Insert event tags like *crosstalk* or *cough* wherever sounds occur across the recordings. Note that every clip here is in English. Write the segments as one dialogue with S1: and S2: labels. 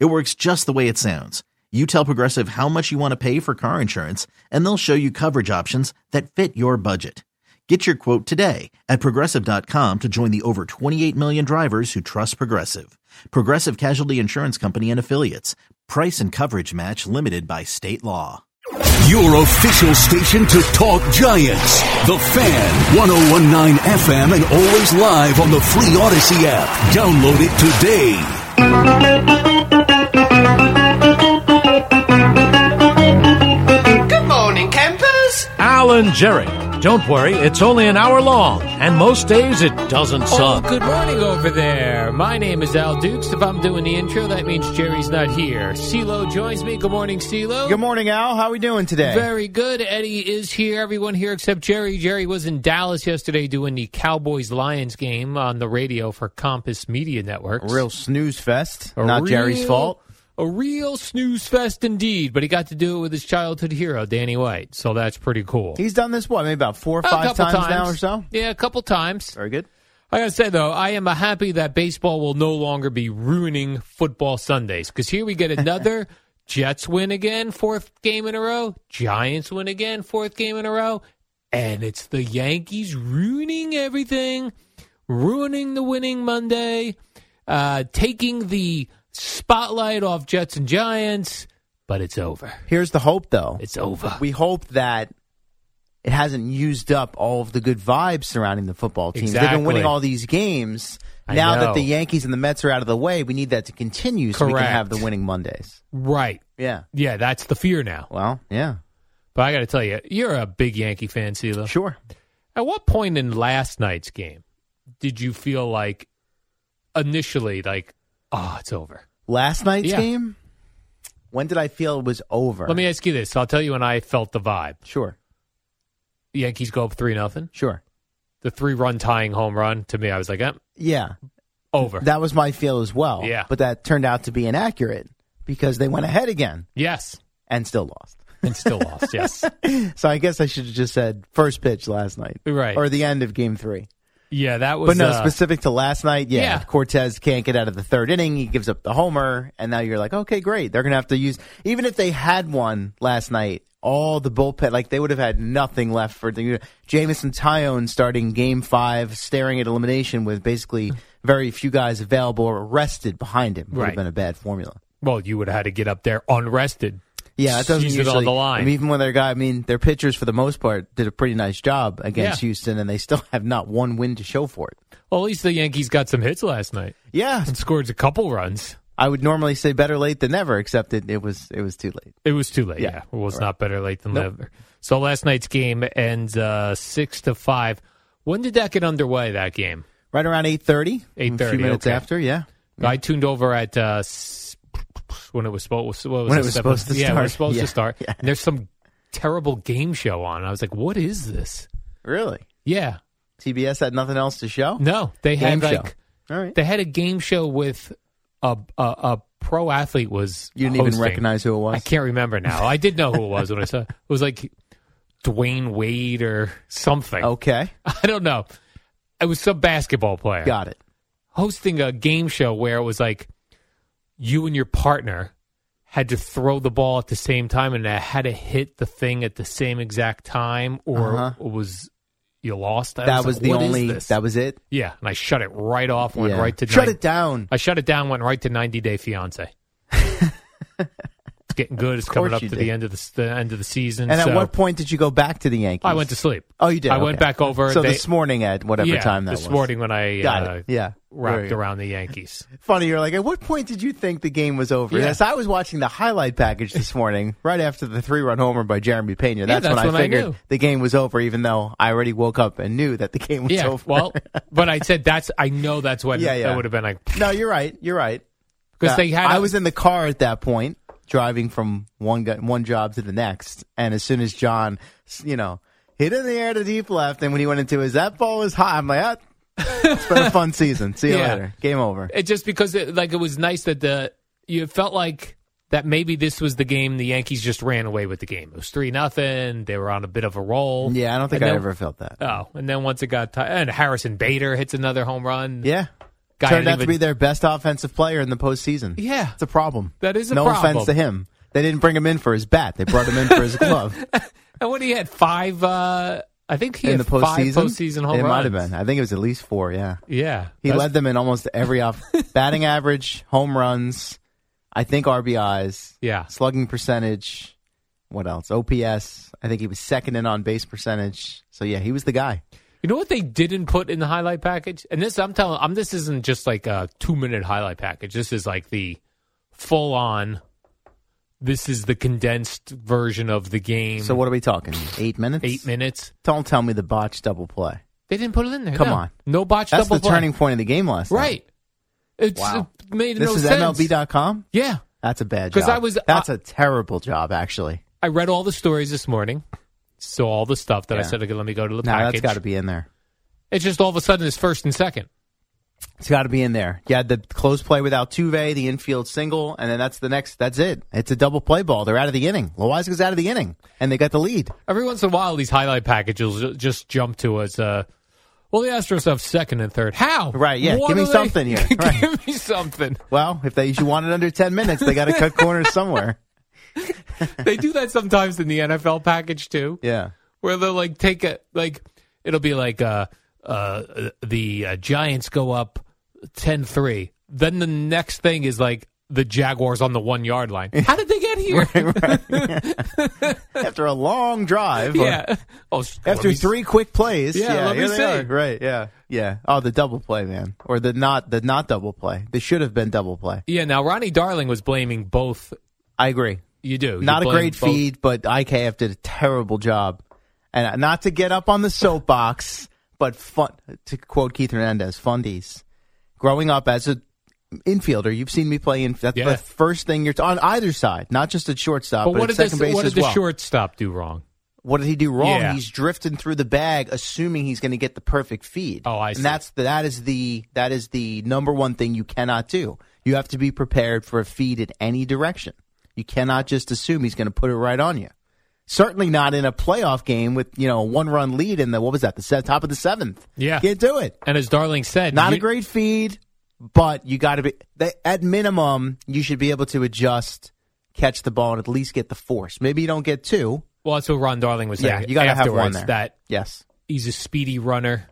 S1: It works just the way it sounds. You tell Progressive how much you want to pay for car insurance, and they'll show you coverage options that fit your budget. Get your quote today at progressive.com to join the over 28 million drivers who trust Progressive. Progressive Casualty Insurance Company and Affiliates. Price and coverage match limited by state law.
S2: Your official station to talk giants. The Fan, 1019 FM, and always live on the free Odyssey app. Download it today.
S3: Good morning, campers.
S4: Alan Jerry. Don't worry, it's only an hour long, and most days it doesn't
S5: Oh,
S4: suck.
S5: good morning over there. My name is Al Dukes. If I'm doing the intro, that means Jerry's not here. CeeLo joins me. Good morning, CeeLo.
S6: Good morning, Al. How are we doing today?
S5: Very good. Eddie is here. Everyone here except Jerry. Jerry was in Dallas yesterday doing the Cowboys Lions game on the radio for Compass Media Networks.
S6: Real snooze fest.
S5: A
S6: Not Jerry's
S5: real-
S6: fault.
S5: A real snooze fest indeed, but he got to do it with his childhood hero, Danny White. So that's pretty cool.
S6: He's done this what, maybe about four or
S5: a
S6: five
S5: couple
S6: times, now or so.
S5: Yeah, a couple times.
S6: Very good.
S5: I gotta say though, I am uh, happy that baseball will no longer be ruining football Sundays because here *laughs* we get another Jets win again, fourth game in a row. Giants win again, fourth game in a row, and it's the Yankees ruining everything, ruining the winning Monday, uh, taking the spotlight off Jets and Giants. But it's over.
S6: Here's the hope, though.
S5: It's over.
S6: We hope that it hasn't used up all of the good vibes surrounding the football teams. They've
S5: Exactly.
S6: been winning all these games.
S5: I
S6: now
S5: know.
S6: that the Yankees and the Mets are out of the way, we need that to continue so we can
S5: Correct.
S6: have the winning Mondays.
S5: right?
S6: Yeah.
S5: Yeah, that's the fear now.
S6: Well, yeah.
S5: But I got to tell you, you're a big Yankee fan, CeeLo.
S6: Sure.
S5: At what point in last night's game did you feel like initially like, oh, it's over?
S6: Last night's
S5: Yeah.
S6: game, when did I feel it was over?
S5: Let me ask you this. I'll tell you when I felt the vibe.
S6: Sure.
S5: The Yankees go up three nothing.
S6: Sure.
S5: The three run tying home run to me, I was like, eh,
S6: Yeah.
S5: over.
S6: That was my feel as well.
S5: Yeah.
S6: But that turned out to be inaccurate because they went ahead again
S5: yes,
S6: and still lost.
S5: and still lost.
S6: *laughs*
S5: Yes,
S6: So I guess I should have just said first pitch last night.
S5: Right.
S6: Or the end of game three.
S5: yeah, that was.
S6: But no,
S5: uh,
S6: specific to last night, yeah,
S5: Yeah.
S6: Cortez can't get out of the third inning. He gives up the homer, and now you're like, okay, great. They're going to have to use, even if they had one last night, all the bullpen, like they would have had nothing left for the. Jamison Tyone starting game five, staring at elimination with basically very few guys available or rested behind him. Would
S5: Right.
S6: have been a bad formula.
S5: well, you would have had to get up there unrested.
S6: Yeah, it doesn't
S5: Seized it
S6: usually.
S5: on the line.
S6: I mean, even when their guy, I mean, their pitchers for the most part did a pretty nice job against
S5: Yeah.
S6: Houston, and they still *laughs* have not one win to show for it.
S5: Well, at least the Yankees got some hits last night
S6: Yeah,
S5: and scored a couple runs.
S6: I would normally say better late than never, except it, it was it was too late.
S5: It was too late. Yeah,
S6: Yeah.
S5: it was not better late than
S6: Nope.
S5: never. So last night's game ends uh, six to five. When did that get underway? That game.
S6: Right around eight thirty. A
S5: 8:30,
S6: few minutes
S5: okay.
S6: after, yeah.
S5: I tuned over at uh, s- when it was supposed what was
S6: When
S5: it,
S6: it was
S5: seven-
S6: supposed to
S5: yeah, when it was
S6: start.
S5: supposed
S6: Yeah,
S5: to start. And there's some terrible game show on. I was like, what is this?
S6: Really,
S5: Yeah,
S6: TBS had nothing else to show.
S5: no, they
S6: Game
S5: had
S6: show.
S5: like
S6: All right,
S5: they had a game show with a a, a pro athlete was
S6: you didn't even
S5: hosting.
S6: recognize who it was.
S5: I can't remember now. I did know who it was when I saw it. It was like Dwayne Wade or something.
S6: Okay,
S5: *laughs* I don't know. It was some basketball player
S6: got it.
S5: hosting a game show where it was like you and your partner had to throw the ball at the same time and it had to hit the thing at the same exact time or
S6: Uh-huh.
S5: it was you lost. I
S6: That
S5: like,
S6: was the
S5: "What is
S6: only.
S5: this?"
S6: That was it.
S5: yeah, and I shut it right off. Went
S6: Yeah.
S5: right to
S6: shut
S5: nine-
S6: it down.
S5: I shut it down. Went right to ninety day fiance. it's getting good. It's
S6: Of
S5: coming
S6: course
S5: up to
S6: you
S5: the
S6: did.
S5: end of the, the end of the season.
S6: And
S5: so
S6: at what point did you go back to the Yankees?
S5: I went to sleep.
S6: Oh, you did.
S5: I went
S6: okay.
S5: back over.
S6: So
S5: They-
S6: this morning at whatever
S5: yeah,
S6: time that
S5: this
S6: was.
S5: morning when I
S6: Got
S5: uh,
S6: it. Yeah.
S5: wrapped
S6: Right.
S5: around the Yankees.
S6: Funny, you're like, at what point did you think the game was over?
S5: Yeah.
S6: Yes, I was watching the highlight package this morning, *laughs* right after the three run homer by Jeremy Pena. That's,
S5: that's
S6: when,
S5: when I
S6: I figured
S5: knew.
S6: the game was over, even though I already woke up and knew that the *laughs* game
S5: *laughs*
S6: was
S5: yeah,
S6: over.
S5: well, but I said that's. I know that's what
S6: *laughs* Yeah, yeah.
S5: that would have been like
S6: no, you're right. You're right.
S5: because
S6: Uh,
S5: they had.
S6: I was in the car at that point. driving from one gu- one job to the next. And as soon as John, you know, hit in the air to deep left, and when he went into his that ball is hot, I'm like, ah, it's been
S5: *laughs*
S6: a fun season. See you
S5: Yeah.
S6: later. Game over.
S5: It just because it, like it was nice that the you felt like that maybe this was the game the Yankees just ran away with the game. It was three nothing. They were on a bit of a roll.
S6: Yeah, I don't think
S5: And
S6: I
S5: then-
S6: ever felt that.
S5: Oh, and then once it got tight, and Harrison Bader hits another home run.
S6: yeah.
S5: Guy
S6: Turned
S5: didn't
S6: out to
S5: even-
S6: be their best offensive player in the postseason.
S5: Yeah.
S6: It's a problem.
S5: That is a
S6: no
S5: problem.
S6: offense to him. They didn't bring him in for his bat. They brought him in for
S5: *laughs*
S6: his glove
S5: And what he had five. uh I think he
S6: in the
S5: had
S6: postseason.
S5: five postseason home
S6: it
S5: runs.
S6: might have been. I think it was at least four. Yeah,
S5: Yeah,
S6: he
S5: That's-
S6: led them in almost
S5: *laughs*
S6: every off batting average, home runs. I think RBIs,
S5: Yeah,
S6: slugging percentage. What else? OPS. I think he was second in on base percentage. So yeah, he was the guy.
S5: You know what they didn't put in the highlight package? And this I'm telling I'm this isn't just like a 2 minute highlight package. This is like the full on this is the condensed version of the game.
S6: So what are we talking? Eight minutes.
S5: 8 minutes.
S6: Don't tell me the botch double play.
S5: They didn't put it in there.
S6: Come
S5: no.
S6: on.
S5: No botch
S6: That's
S5: double
S6: the turning point of the game last
S5: play.
S6: night.
S5: Right. It's
S6: Wow.
S5: it made
S6: This
S5: no
S6: is
S5: sense.
S6: MLB.com.
S5: Yeah.
S6: That's a bad job.
S5: 'Cause I was-
S6: That's
S5: I-
S6: a terrible job, actually.
S5: I read all the stories this morning. So all the stuff that I
S6: Yeah.
S5: said, okay, let me go to the
S6: No, that's
S5: package.
S6: got to be in there.
S5: It's just all of a sudden it's first and second.
S6: It's got to be in there. You had the close play with Altuve, the infield single, and then that's the next. That's it. It's a double play ball. They're out of the inning. Loiza's out of the inning, and they got the lead.
S5: Every once in a while, these highlight packages will ju- just jump to us. Uh, well, the Astros have second and third. How?
S6: Right, yeah.
S5: What
S6: Give me
S5: are they- *laughs*
S6: something here.
S5: Give
S6: Right.
S5: me something.
S6: Well, if they if you want it under ten minutes, they got to cut corners
S5: *laughs*
S6: somewhere.
S5: They do that sometimes in the NFL package too,
S6: Yeah,
S5: where they'll like take a like. It'll be like uh, uh, the uh, Giants go up 10-3. Then the next thing is like the Jaguars on the one yard
S6: *laughs*
S5: line. How did they get here?
S6: after a long drive. or-
S5: *laughs* yeah. Oh, s- let
S6: After
S5: me s-
S6: three quick plays,
S5: Yeah, let me
S6: here they
S5: see.
S6: are. Right, yeah, yeah. Oh, the double play, man, or the not the not double play. They should have been double play.
S5: Yeah. Now Ronnie Darling was blaming both.
S6: I agree.
S5: You do You
S6: not a
S5: blame
S6: great
S5: both-
S6: feed, but IKF did a terrible job. And not to get up on the soapbox, but fun to quote Keith Hernandez, fundies. Growing up as an infielder, you've seen me play. In, that's
S5: Yeah.
S6: the first thing you're on either side, not just at shortstop,
S5: But
S6: but,
S5: what did,
S6: at second
S5: this,
S6: base
S5: what
S6: as
S5: did the
S6: well.
S5: shortstop do wrong?
S6: what did he do wrong?
S5: Yeah.
S6: He's drifting through the bag, assuming he's going to get the perfect feed.
S5: Oh, I see.
S6: And that's that is the that is the number one thing you cannot do. You have to be prepared for a feed in any direction. You cannot just assume he's going to put it right on you. Certainly not in a playoff game with you know a one run lead in the what was that the se- top of the seventh.
S5: Yeah.
S6: can't do it.
S5: And as Darling said,
S6: Not
S5: you-
S6: a great feed, but you got to be they, at minimum you should be able to adjust, catch the ball, and at least get the force. Maybe you don't get two.
S5: Well, that's what Ron Darling was saying.
S6: Yeah, you got to have one
S5: afterwards,
S6: there.
S5: That
S6: yes.
S5: he's a speedy runner.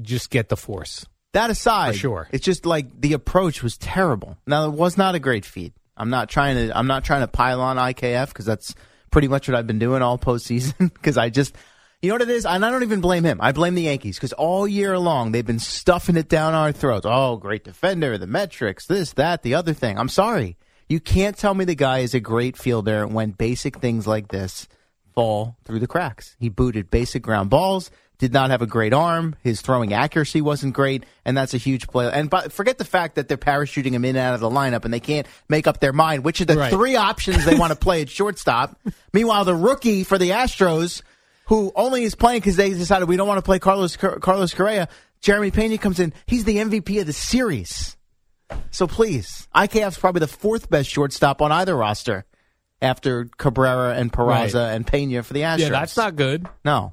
S5: Just get the force.
S6: That aside,
S5: For sure.
S6: it's just like the approach was terrible. Now it was not a great feed. I'm not trying to. I'm not trying to pile on IKF because that's pretty much what I've been doing all postseason. *laughs* Because I just, you know what it is, and I don't even blame him. I blame the Yankees because all year long they've been stuffing it down our throats. Oh, great defender, the metrics, this, that, the other thing. I'm sorry, you can't tell me the guy is a great fielder when basic things like this fall through the cracks. He booted basic ground balls, did not have a great arm, his throwing accuracy wasn't great, and that's a huge play. And but forget the fact that they're parachuting him in and out of the lineup and they can't make up their mind which of the
S5: Right.
S6: three options they want to play at shortstop. Meanwhile, the rookie for the Astros who only is playing because they decided we don't want to play Carlos Carlos Correa. Jeremy Pena comes in. He's the MVP of the series. So please, IKF's probably the fourth best shortstop on either roster after Cabrera and Peraza
S5: Right.
S6: and Pena for the Astros.
S5: Yeah, that's not Hmm. good.
S6: No.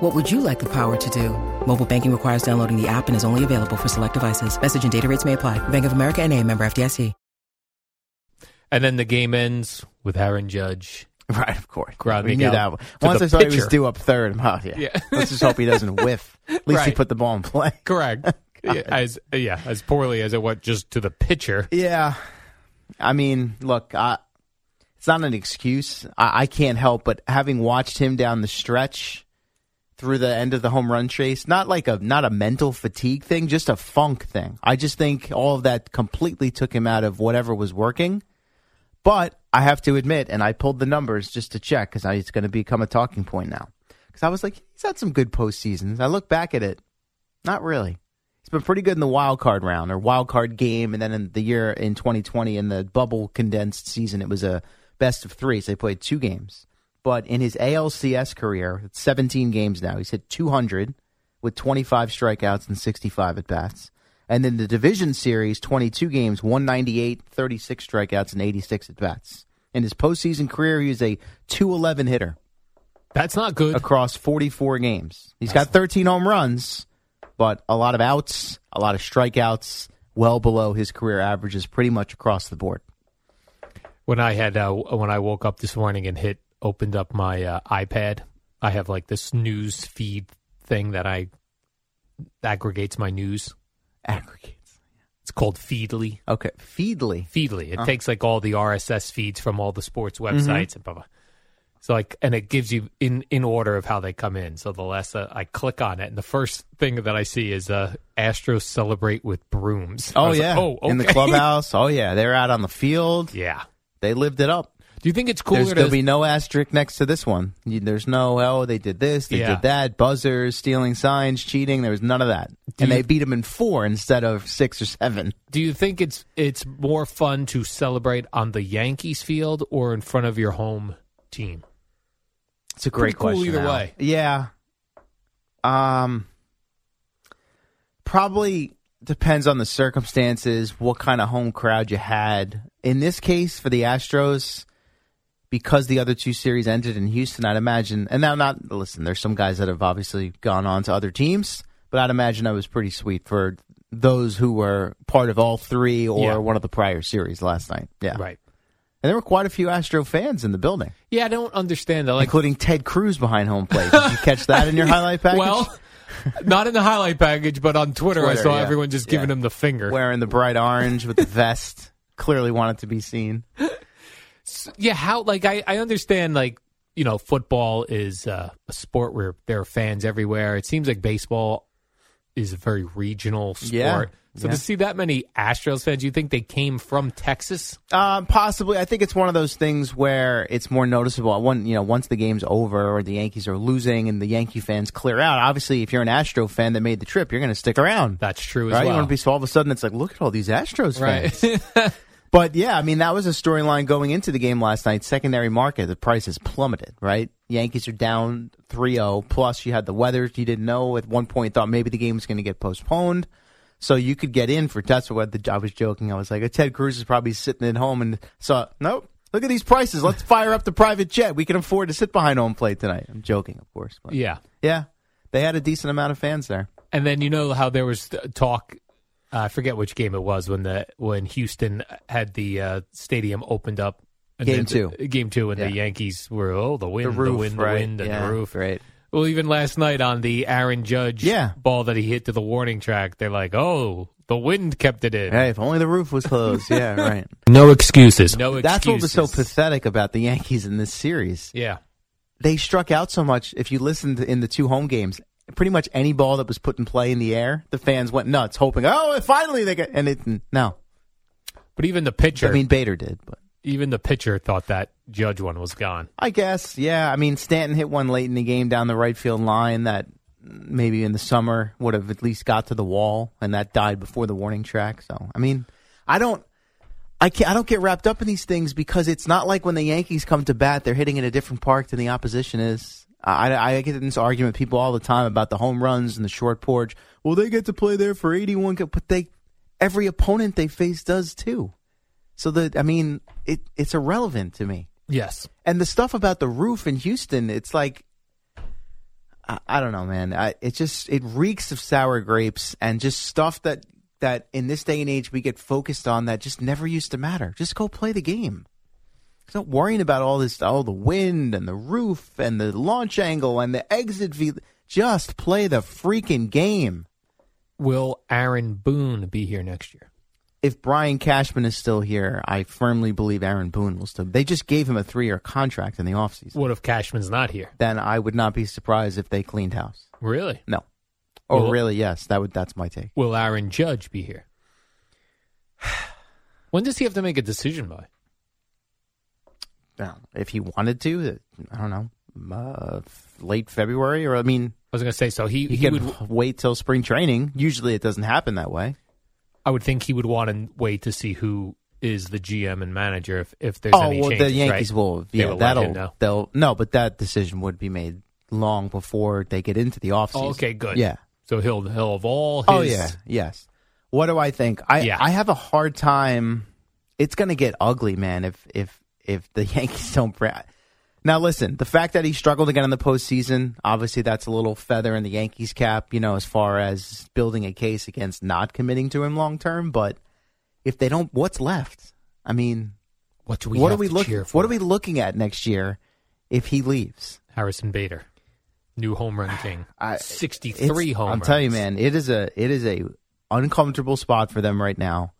S3: What would you like the power to do? Mobile banking requires downloading the app and is only available for select devices. Message and data rates may apply. Bank of America and a member FDIC.
S5: And then the game ends with Aaron Judge.
S6: Right, of course.
S5: Ground
S6: we
S5: me
S6: knew
S5: down
S6: that one.
S5: to
S6: Once
S5: the
S6: I saw he was
S5: pitcher.
S6: due up third, I'm out. Yeah.
S5: Yeah.
S6: Let's just hope he doesn't whiff. At least
S5: *laughs*
S6: he
S5: Right.
S6: put the ball in play.
S5: Correct. yeah, *laughs* as yeah, as poorly as it went just to the pitcher.
S6: *laughs* Yeah. I mean, look, I, it's not an excuse. I, I can't help but having watched him down the stretch, through the end of the home run chase. Not like a not a mental fatigue thing, just a funk thing. I just think all of that completely took him out of whatever was working. But I have to admit, and I pulled the numbers just to check because it's going to become a talking point now. Because I was like, he's had some good postseasons. I look back at it, not really. He's been pretty good in the wild card round or wild card game, and then in the year in 2020 in the bubble condensed season, it was a best of three, so they played two games. But in his ALCS career, it's 17 games now. He's hit 200 with 25 strikeouts and 65 at bats. And then the division series, 22 games, 198, 36 strikeouts, and 86 at bats. In his postseason career, he was a 211 hitter
S5: That's not good.
S6: across 44 games. He's got 13 home runs, but a lot of outs, a lot of strikeouts, well below his career averages pretty much across
S5: *laughs*
S6: the board.
S5: When I had uh, when I woke up this morning and hit opened up my uh, iPad, I have like this news feed thing that I aggregates my news.
S6: Aggregates.
S5: It's called Feedly.
S6: Okay. Feedly.
S5: Feedly.
S6: Uh-huh.
S5: It takes like all the RSS feeds from all the sports
S6: Mm-hmm.
S5: websites and blah blah. So like, and it gives you in in order of how they come in. So the last uh, I click on it, and the first thing that I see is uh, Astros celebrate with brooms. *laughs* I
S6: Oh,
S5: was like,
S6: yeah.
S5: oh okay.
S6: In the clubhouse. Oh, yeah. They're out on the field.
S5: yeah.
S6: They lived it up.
S5: Do you think it's cooler
S6: There's, there'll
S5: to
S6: be no asterisk next to this one. You- There's no, oh, they did this, they
S5: Yeah.
S6: did that, buzzers, stealing signs, cheating. There was none of that.
S5: Do
S6: and
S5: you-
S6: they beat him in four instead of six or seven.
S5: Do you think it's it's more fun to celebrate on the Yankees field or in front of your home team?
S6: It's a
S5: Pretty
S6: great
S5: cool
S6: question.
S5: either
S6: Al.
S5: way.
S6: Yeah. Um. Probably depends on the circumstances, what kind of home crowd you had. In this case, for the Astros, because the other two series ended in Houston, I'd imagine. And now, not listen. There's some guys that have obviously gone on to other teams, but I'd imagine that was pretty sweet for those who were part of all three or
S5: Yeah.
S6: one of the prior series last night. Yeah,
S5: Right.
S6: And there were quite a few Astro fans in the building
S5: Yeah, I don't understand that. Like,
S6: including Ted Cruz behind home plate. Did you catch that in
S5: *laughs*
S6: your highlight package?
S5: well, *laughs* not in the highlight package, but on Twitter, I
S6: Twitter,
S5: saw
S6: yeah.
S5: everyone just
S6: Yeah.
S5: giving him the finger.
S6: wearing the bright orange
S5: *laughs*
S6: with the vest, clearly wanted to be seen.
S5: yeah, how? Like, I I understand like. You know, football is uh, a sport where there are fans everywhere. It seems like baseball is a very regional sport.
S6: Yeah.
S5: So
S6: Yeah.
S5: to see that many Astros fans, you think they came from Texas?
S6: Um, possibly, I think it's one of those things where it's more noticeable. One, you know, once the game's over or the Yankees are losing and the Yankee fans clear out. Obviously, if you're an Astro fan that made the trip, you're going to stick around.
S5: That's true as
S6: Right? You
S5: well.
S6: want to be so all of a sudden it's like, look at all these Astros
S5: Right.
S6: fans. *laughs* But yeah, I mean that was a storyline going into the game last night. Secondary market, the prices plummeted. Right, Yankees are down 3-0. Plus, you had the weather you didn't know. At one point, thought maybe the game was going to get postponed, so you could get in for that's what the, I was joking. I was like, Ted Cruz is probably sitting at home and saw, nope, look at these prices. Let's fire up the private jet. We can afford to sit behind home plate tonight. I'm joking, of course. But
S5: *laughs* yeah.
S6: yeah, they had a decent amount of fans there.
S5: And then you know how there was th- talk. Uh, I forget which game it was when the when Houston had the uh, stadium opened up. And
S6: Game
S5: then-
S6: two.
S5: game two, and
S6: Yeah.
S5: the Yankees were oh the wind, the, wind,
S6: right?
S5: the wind, and
S6: yeah,
S5: the roof.
S6: right?
S5: Well, even last night on the Aaron Judge
S6: Yeah.
S5: ball that he hit to the warning track, they're like, oh, the wind kept it in.
S6: Hey, if only the roof was
S5: *laughs*
S6: closed. yeah, right.
S5: No excuses. No Oh, excuses.
S6: That's what was so pathetic about the Yankees in this series.
S5: Yeah,
S6: They struck out so much. If you listened in the two home games, pretty much any ball that was put in play in the air, the fans went nuts, hoping, "Oh, finally they get." And it no,
S5: but even the pitcher,
S6: I mean Bader did, but
S5: even the pitcher thought that Judge one was gone.
S6: I guess yeah. I mean Stanton hit one late in the game down the right field line that maybe in the summer would have at least got to the wall, and that died before the warning track. So I mean, I don't. I, can't, I don't get wrapped up in these things because it's not like when the Yankees come to bat, they're hitting in a different park than the opposition is. I, I I get in this argument with people all the time about the home runs and the short porch. Well, they get to play there for 81, ca- but they every opponent they face does too. So that I mean, it it's irrelevant to me.
S5: Yes,
S6: And the stuff about the roof in Houston, it's like I, I don't know, man. I, it just it reeks of sour grapes and just stuff that that in this day and age we get focused on that just never used to matter. Just go play the game. Stop worrying about all this, all the wind and the roof and the launch angle and the exit view. Just play the freaking game.
S5: will Aaron Boone be here next year?
S6: if Brian Cashman is still here, I firmly believe Aaron Boone will still. They just gave him a three-year contract in the offseason.
S5: What if Cashman's not here?
S6: Then I would not be surprised if they cleaned house.
S5: Really?
S6: No, or
S5: Well-
S6: really, yes. That would. That's my take.
S5: Will Aaron Judge be here? *sighs* When does he have to make a decision by?
S6: Now, if he wanted to, I don't know, uh, late February, or I mean,
S5: I was going to say so. He
S6: he,
S5: he,
S6: could
S5: would.
S6: wait till spring training. Usually, it doesn't happen that way.
S5: I would think he would want to wait to see who is the GM and manager if if there's
S6: oh
S5: any
S6: well,
S5: changes.
S6: the Yankees
S5: right?
S6: will.
S5: They
S6: Yeah,
S5: will let him
S6: that'll.
S5: know.
S6: They'll no, but that decision would be made long before they get into the offseason.
S5: Oh, okay, good.
S6: Yeah.
S5: So he'll he'll have all. His,
S6: Oh yeah. Yes. What do I think? I
S5: Yeah.
S6: I have a hard time. It's gonna get ugly, man. If if if the *laughs* Yankees don't. Bra- now listen, the fact that he struggled again in the postseason, obviously that's a little feather in the Yankees' cap, you know, as far as building a case against not committing to him long term. But if they don't, what's left? I mean,
S5: What do we?
S6: what
S5: have
S6: are we
S5: to
S6: looking?
S5: cheer
S6: What
S5: for?
S6: are we looking at next year if he leaves?
S5: Harrison Bader, new home
S6: *sighs*
S5: run king,
S6: I-
S5: sixty
S6: It's-
S5: three home.
S6: I'm telling you,
S5: runs.
S6: man, it is a it is a uncomfortable spot for them right now.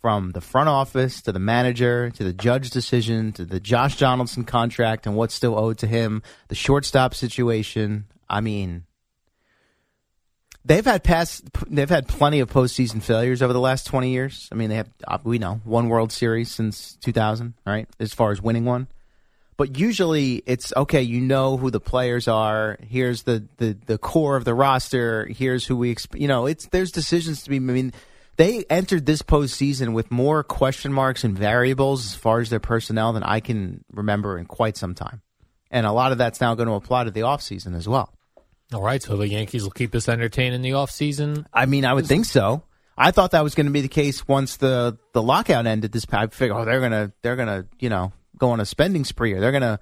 S6: From the front office to the manager to the judge decision to the Josh Donaldson contract and what's still owed to him, the shortstop situation. I mean, they've had past they've had plenty of postseason failures over the last twenty years. I mean, they have uh, we know one World Series since two thousand, right? As far as winning one, but usually it's okay. You know who the players are. Here's the the the core of the roster. Here's who we exp- you know. It's there's decisions to be. I mean, they entered this postseason with more question marks and variables as far as their personnel than I can remember in quite some time, and a lot of that's now going to apply to the offseason as well.
S5: All right, so the Yankees will keep us entertained in the offseason.
S6: I mean, I would think so. I thought that was going to be the case once the the lockout ended. This I figured, oh, they're gonna they're gonna you know go on a spending spree, or they're gonna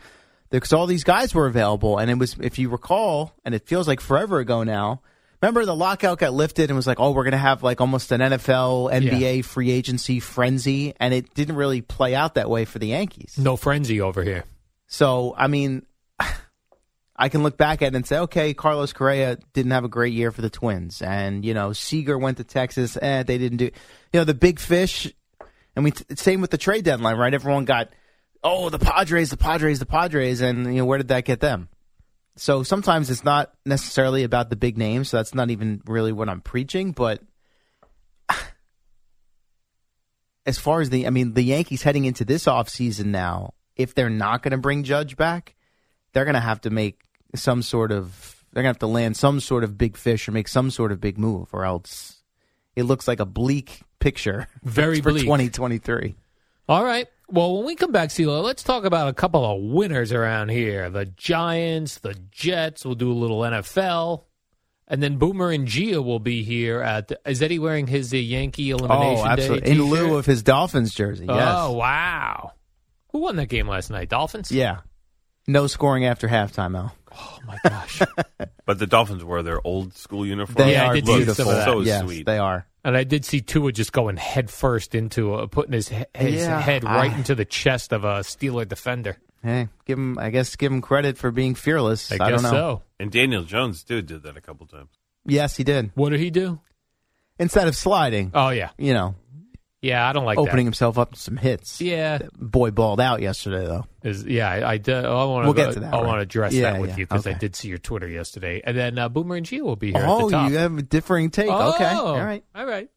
S6: because all these guys were available, and it was if you recall, and it feels like forever ago now. Remember the lockout got lifted and was like, oh, we're gonna have like almost an NFL NBA free agency frenzy, and it didn't really play out that way for the Yankees.
S5: No frenzy over here.
S6: So, I mean, *sighs* I can look back at it and say, okay, Carlos Correa didn't have a great year for the Twins. And, you know, Seager went to Texas. Eh, they didn't do, you know, the big fish. And we, same with the trade deadline, right? Everyone got, oh, the Padres, the Padres, the Padres. And, you know, where did that get them? So sometimes it's not necessarily about the big names. So that's not even really what I'm preaching. But *sighs* as far as the I mean the Yankees heading into this offseason now, if they're not going to bring Judge back, they're going to have to make some sort of they're going to have to land some sort of big fish or make some sort of big move or else it looks like a bleak picture *laughs*
S5: Very
S6: for
S5: bleak.
S6: 2023.
S5: All right. Well, when we come back, CeeLo, let's talk about a couple of winners around here. The Giants, the Jets. We'll do a little NFL. And then Boomer and Gia will be here at. The, is Eddie wearing his uh, Yankee Elimination Day
S6: Oh, In
S5: t-shirt?
S6: lieu of his Dolphins jersey. Yes.
S5: Oh, wow. Who won that game last night? Dolphins?
S6: Yeah. No scoring after halftime, Al.
S5: Oh, my
S6: *laughs*
S5: gosh.
S7: But the Dolphins wear their old school uniform.
S6: They
S5: Yeah, I
S6: are
S5: did see some of
S6: beautiful.
S5: that.
S7: So
S6: yes,
S7: sweet.
S6: They are.
S5: And I did see Tua just going head first into uh, putting his he- his
S6: Yeah, Ah.
S5: head right
S6: I-
S5: into the chest of a Steeler defender.
S6: Hey, give him I guess give him credit for being fearless.
S5: I,
S6: I,
S5: guess
S6: don't know.
S5: so.
S7: and Daniel Jones too did that a couple times.
S6: Yes, he did.
S5: What did he do?
S6: Instead of sliding,
S5: Oh yeah,
S6: you know,
S5: yeah. I don't like
S6: opening himself up to some hits.
S5: That. Yeah,
S6: Boy balled out yesterday though.
S5: is yeah. I, I, do- I want
S6: We'll get to that,
S5: I
S6: right?
S5: want to address
S6: Yeah,
S5: that with
S6: yeah,
S5: you because I
S6: okay.
S5: did see your Twitter yesterday, and then uh, Boomer and G will be here. at
S6: Oh,
S5: the top.
S6: you have a differing take.
S5: Oh,
S6: Okay, all right.
S5: all right.